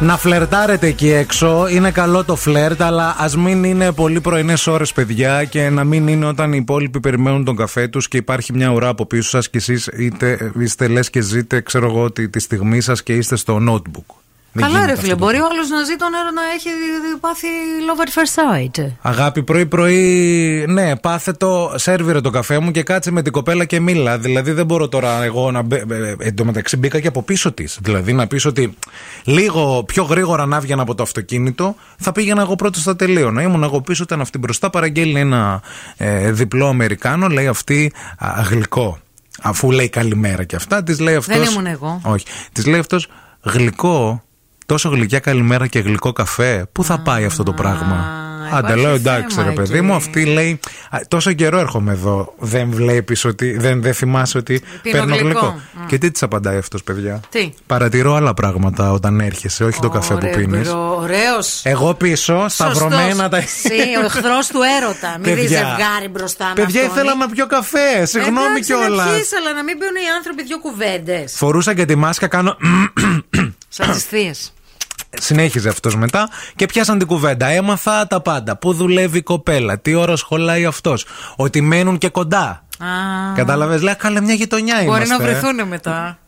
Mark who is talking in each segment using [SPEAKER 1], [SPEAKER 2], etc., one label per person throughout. [SPEAKER 1] Να φλερτάρετε εκεί έξω. Είναι καλό το φλερτ, αλλά ας μην είναι πολύ πρωινές ώρες, παιδιά, και να μην είναι όταν οι υπόλοιποι περιμένουν τον καφέ τους και υπάρχει μια ουρά από πίσω σας και εσείς είτε είστε λες και ζείτε, ξέρω εγώ, τη, τη στιγμή σας και είστε στο notebook. Δεν
[SPEAKER 2] Καλά,
[SPEAKER 1] γίνεται
[SPEAKER 2] ρε
[SPEAKER 1] αυτό
[SPEAKER 2] φίλε.
[SPEAKER 1] το
[SPEAKER 2] Μπορεί ο άλλο να ζει τον έρωτα να έχει πάθει love at first sight.
[SPEAKER 1] Αγάπη, πρωί-πρωί, ναι, πάθε το, σερβιρε το καφέ μου και κάτσε με την κοπέλα και μίλα. Δηλαδή δεν μπορώ τώρα εγώ να μπε. ε, Εν τω μεταξύ μπήκα και από πίσω της. Δηλαδή να πεις ότι λίγο πιο γρήγορα να βγαινα από το αυτοκίνητο, θα πήγαινα εγώ πρώτος στα τελείωνα. Ήμουν εγώ πίσω, ήταν αυτή μπροστά, παραγγέλνει ένα ε, διπλό Αμερικάνο, λέει αυτή α, γλυκό. Αφού λέει καλημέρα και αυτά, της λέει αυτό.
[SPEAKER 2] Δεν ήμουν εγώ.
[SPEAKER 1] Όχι. Της λέει αυτός γλυκό, τόσο γλυκιά καλημέρα και γλυκό καφέ. Πού θα πάει αυτό το πράγμα.
[SPEAKER 2] Α,
[SPEAKER 1] Άντε,
[SPEAKER 2] υπάρχει
[SPEAKER 1] λέω εντάξει,
[SPEAKER 2] θέμα
[SPEAKER 1] ρε παιδί
[SPEAKER 2] εκεί.
[SPEAKER 1] μου, αυτή λέει. «Α, Τόσο καιρό έρχομαι εδώ. Δεν βλέπεις ότι. Δεν, δεν θυμάσαι ότι
[SPEAKER 2] Πίνω
[SPEAKER 1] παίρνω
[SPEAKER 2] γλυκό».
[SPEAKER 1] γλυκό.
[SPEAKER 2] Μμ.
[SPEAKER 1] Και τι της απαντάει αυτός, παιδιά.
[SPEAKER 2] Τι?
[SPEAKER 1] Παρατηρώ άλλα πράγματα όταν έρχεσαι, όχι το καφέ που πίνει.
[SPEAKER 2] Ωραίος.
[SPEAKER 1] Εγώ πίσω, σταυρωμένα τα.
[SPEAKER 2] ο εχθρός του έρωτα. Μην δει ζευγάρι μπροστά να
[SPEAKER 1] Παιδιά,
[SPEAKER 2] φτώνει.
[SPEAKER 1] ήθελα να πιω καφέ. Συγγνώμη
[SPEAKER 2] Εντάξει, να
[SPEAKER 1] κιόλα.
[SPEAKER 2] πιείς, αλλά να μην πίνουν οι άνθρωποι δύο κουβέντες.
[SPEAKER 1] Φορούσα και τη μάσκα, κάνω.
[SPEAKER 2] Σαν τις θείες.
[SPEAKER 1] Συνέχιζε αυτός μετά και πιάσαν την κουβέντα. Έμαθα τα πάντα. Πού δουλεύει η κοπέλα, τι ώρα σχολάει αυτός, ότι μένουν και κοντά. Κατάλαβες, λέει, καλέ μια γειτονιά
[SPEAKER 2] Μπορεί
[SPEAKER 1] είμαστε. ε».
[SPEAKER 2] να βρεθούν μετά.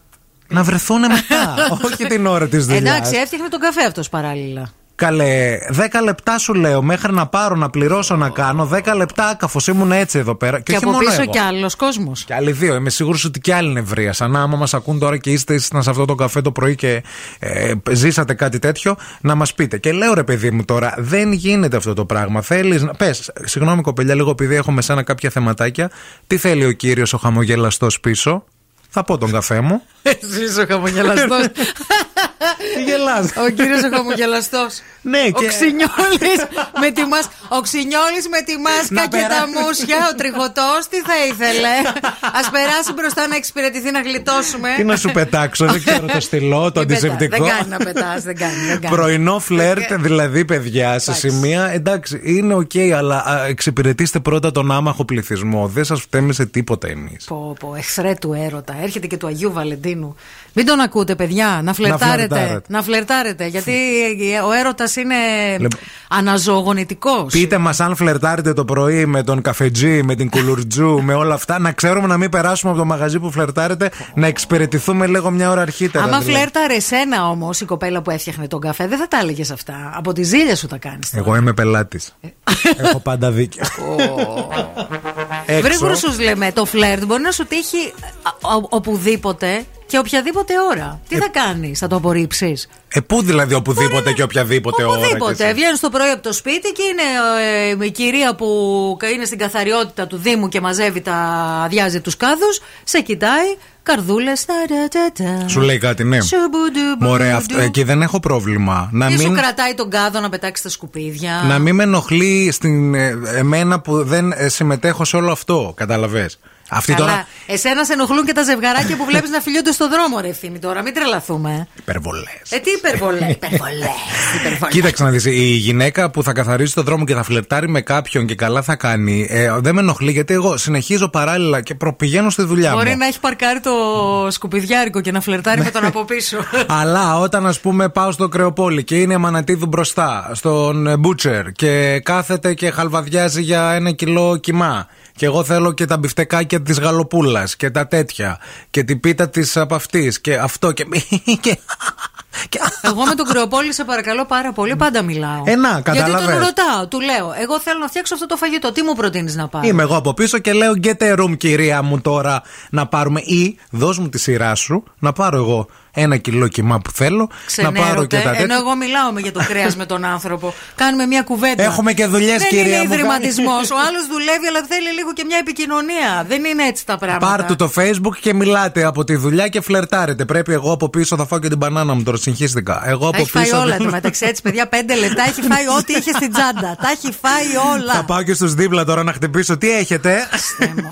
[SPEAKER 1] Να βρεθούν μετά. Όχι την ώρα της δουλειά.
[SPEAKER 2] Εντάξει, ε. έφτιαχνε τον καφέ αυτός παράλληλα.
[SPEAKER 1] Καλέ, 10 λεπτά σου λέω μέχρι να πάρω, να πληρώσω, να κάνω. 10 λεπτά άκαφο ήμουν έτσι εδώ πέρα. Και,
[SPEAKER 2] Και,
[SPEAKER 1] όχι
[SPEAKER 2] από
[SPEAKER 1] μόνο
[SPEAKER 2] πίσω
[SPEAKER 1] εγώ.
[SPEAKER 2] κι άλλος κόσμος.
[SPEAKER 1] Και άλλοι δύο. Είμαι σίγουρος ότι και άλλοι νευρίασαν. Άμα μας ακούν τώρα και είστε ήσασταν σε αυτό το καφέ το πρωί και ε, ζήσατε κάτι τέτοιο, να μας πείτε. Και λέω ρε παιδί μου τώρα, δεν γίνεται αυτό το πράγμα. Θέλεις να. Πες, συγγνώμη κοπελιά, λίγο επειδή έχω με σένα κάποια θεματάκια. Τι θέλει ο κύριος ο χαμογελαστός πίσω. Θα πω τον καφέ μου.
[SPEAKER 2] Εσύ ο χαμογελαστός.
[SPEAKER 1] Τι γελάς.
[SPEAKER 2] Ο κύριος ο χαμογελαστό.
[SPEAKER 1] Ναι,
[SPEAKER 2] Ο
[SPEAKER 1] και-
[SPEAKER 2] Ξινιόλης με τη μάσκα. Ο Ξινιόλης με τη μάσκα
[SPEAKER 1] Να
[SPEAKER 2] και τα
[SPEAKER 1] περάσει.
[SPEAKER 2] μουσια. Ο τριγωτός τι θα ήθελε. Ας περάσει μπροστά να εξυπηρετηθεί, να γλιτώσουμε.
[SPEAKER 1] Τι να σου πετάξω, δεν ξέρω το στυλό, το
[SPEAKER 2] Μην πετά-
[SPEAKER 1] αντισηπτικό.
[SPEAKER 2] Δεν κάνει να πετάς, δεν κάνει. Δεν κάνει.
[SPEAKER 1] Πρωινό φλερτ, δηλαδή, παιδιά, σε σημεία. Εντάξει, είναι οκ, αλλά α, εξυπηρετήστε πρώτα τον άμαχο πληθυσμό. Δεν σας φταίμε σε τίποτα εμείς.
[SPEAKER 2] Πω, πω, εχθρέ του έρωτα. Έρχεται και του Αγίου Βαλεντίνου. Μην τον ακούτε, παιδιά. Να φλερτάρετε. Να φλερτάρετε.
[SPEAKER 1] φλερτάρετε.
[SPEAKER 2] γιατί ο έρωτας είναι
[SPEAKER 1] Λοιπόν.
[SPEAKER 2] αναζωογονητικός.
[SPEAKER 1] Πείτε μας αν φλερτάρετε το πρωί με τον καφετζή, με την κουλουρτζού, με όλα αυτά. Να ξέρουμε να μην περάσουμε από το μαγαζί που φλερτάρετε, να εξυπηρετηθούμε λίγο μια ώρα αρχίτερα.
[SPEAKER 2] Άμα
[SPEAKER 1] δηλαδή.
[SPEAKER 2] φλέρταρε εσένα όμως η κοπέλα που έφτιαχνε τον καφέ, δεν θα τα έλεγες αυτά. Από τη ζήλια σου τα κάνεις.
[SPEAKER 1] Εγώ είμαι πελάτης. Έχω πάντα δίκιο. Ε, Έξω.
[SPEAKER 2] Βρήγορο σου λέμε, το φλερτ μπορεί να σου τύχει α- ο- οπουδήποτε και οποιαδήποτε ώρα. Τι θα κάνεις, θα το απορρίψεις.
[SPEAKER 1] Ε, πού δηλαδή οπουδήποτε και Ε, οποιαδήποτε ώρα. και
[SPEAKER 2] Οπουδήποτε.
[SPEAKER 1] εσύ.
[SPEAKER 2] Βγαίνεις το πρωί από το σπίτι και είναι ε, η κυρία που είναι στην καθαριότητα του Δήμου και μαζεύει τα. αδειάζει τους κάδους. Σε κοιτάει, καρδούλες.
[SPEAKER 1] Σου λέει κάτι, ναι. Μωρέ, αυτό, ε, εκεί δεν έχω πρόβλημα. Να
[SPEAKER 2] Ή σου
[SPEAKER 1] μην,
[SPEAKER 2] κρατάει τον κάδο να πετάξει τα σκουπίδια.
[SPEAKER 1] να μην με ενοχλεί στην, ε, εμένα που δεν ε, συμμετέχω σε όλο αυτό. Καταλαβες. Αυτή
[SPEAKER 2] Καλά.
[SPEAKER 1] τώρα.
[SPEAKER 2] Εσένα σε ενοχλούν και τα ζευγαράκια που βλέπεις να φιλιούνται στο δρόμο, ρε ευθύνη τώρα. Μην τρελαθούμε.
[SPEAKER 1] Υπερβολές.
[SPEAKER 2] Ε, τι υπερβολές. υπερβολές.
[SPEAKER 1] Κοίταξε να δεις, η γυναίκα που θα καθαρίζει τον δρόμο και θα φλερτάρει με κάποιον και καλά θα κάνει, ε, δεν με ενοχλεί γιατί εγώ συνεχίζω παράλληλα και προπηγαίνω στη δουλειά
[SPEAKER 2] Μπορεί
[SPEAKER 1] μου.
[SPEAKER 2] να έχει παρκάρει το σκουπιδιάρικο και να φλερτάρει
[SPEAKER 1] Ναι.
[SPEAKER 2] με τον από πίσω.
[SPEAKER 1] Αλλά όταν ας πούμε πάω στο Κρεοπόλι και είναι μανατίδου μπροστά, στον Μπούτσερ και κάθεται και χαλβαδιάζει για ένα κιλό κιμά. Και εγώ θέλω και τα μπιφτεκάκια της γαλοπούλας και τα τέτοια. Και την πίτα της από αυτής και αυτό και. και... και-
[SPEAKER 2] Εγώ με τον Κρεοπόλη σε παρακαλώ πάρα πολύ, πάντα μιλάω.
[SPEAKER 1] Ε, να,
[SPEAKER 2] Γιατί τον
[SPEAKER 1] κατάλαβες.
[SPEAKER 2] ρωτάω, του λέω, Εγώ θέλω να φτιάξω αυτό το φαγητό. Τι μου προτείνεις να πάρω.
[SPEAKER 1] Είμαι εγώ από πίσω και λέω get a room κυρία μου τώρα να πάρουμε ή δώσ' μου τη σειρά σου να πάρω εγώ ένα κιλό κιμά που θέλω να πάρω και
[SPEAKER 2] Ξενέρωτε,
[SPEAKER 1] τα τέτοια.
[SPEAKER 2] ενώ εγώ μιλάω με για το κρέας με τον άνθρωπο. Κάνουμε μια κουβέντα.
[SPEAKER 1] Έχουμε και δουλειές,
[SPEAKER 2] Δεν
[SPEAKER 1] κυρία
[SPEAKER 2] είναι
[SPEAKER 1] μου,
[SPEAKER 2] ιδρυματισμός. Ο άλλος δουλεύει, αλλά θέλει λίγο και μια επικοινωνία. Δεν είναι έτσι τα πράγματα.
[SPEAKER 1] Πάρ' του το facebook και μιλάτε από τη δουλειά και φλερτάρετε. Πρέπει εγώ από πίσω θα φάω και την μπανάνα μου τώρα. Συγχύστηκα. Εγώ
[SPEAKER 2] Τα
[SPEAKER 1] από
[SPEAKER 2] έχει φάει
[SPEAKER 1] πίσω.
[SPEAKER 2] όλα του μεταξύ έτσι, παιδιά. Πέντε λεπτά έχει φάει ό,τι είχε στην τσάντα. Τα έχει φάει όλα.
[SPEAKER 1] Θα πάω και στους δίπλα τώρα να χτυπήσω. Τι έχετε. Ναι.
[SPEAKER 2] Χριστέ μου.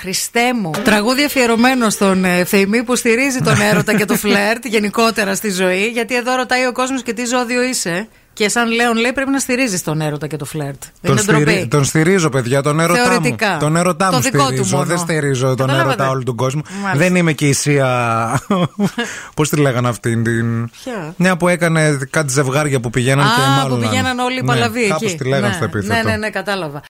[SPEAKER 2] Χριστέ μου. Τραγούδι αφιερωμένο στον ε, Θεημή που στηρίζει τον έρωτα και το φλερ. φλερτ γενικότερα στη ζωή. Γιατί εδώ ρωτάει ο κόσμος και τι ζώδιο είσαι. Και σαν Λέων λέει πρέπει να στηρίζεις τον έρωτα και το φλερτ. Δεν
[SPEAKER 1] Τον,
[SPEAKER 2] είναι
[SPEAKER 1] στηρι-
[SPEAKER 2] ντροπή.
[SPEAKER 1] τον στηρίζω, παιδιά, τον έρωτά μου.
[SPEAKER 2] Θεωρητικά.
[SPEAKER 1] Τον έρωτά
[SPEAKER 2] Το
[SPEAKER 1] μου
[SPEAKER 2] δικό του
[SPEAKER 1] στηρίζω.
[SPEAKER 2] μόνο.
[SPEAKER 1] Δεν στηρίζω τον
[SPEAKER 2] Καταλάβατε.
[SPEAKER 1] έρωτα όλου του κόσμου.
[SPEAKER 2] Μάλιστα.
[SPEAKER 1] Δεν είμαι και η Σία. Πώς τη λέγανε αυτήν την.
[SPEAKER 2] Ποια?
[SPEAKER 1] Μια που έκανε κάτι ζευγάρια που πηγαίναν και
[SPEAKER 2] Α, που
[SPEAKER 1] μάλλον.
[SPEAKER 2] πηγαίναν όλοι οι παλαβοί εκεί.
[SPEAKER 1] Κάπω τη λέγανε
[SPEAKER 2] ναι.
[SPEAKER 1] στο επίθετο.
[SPEAKER 2] Ναι, ναι, ναι, κατάλαβα.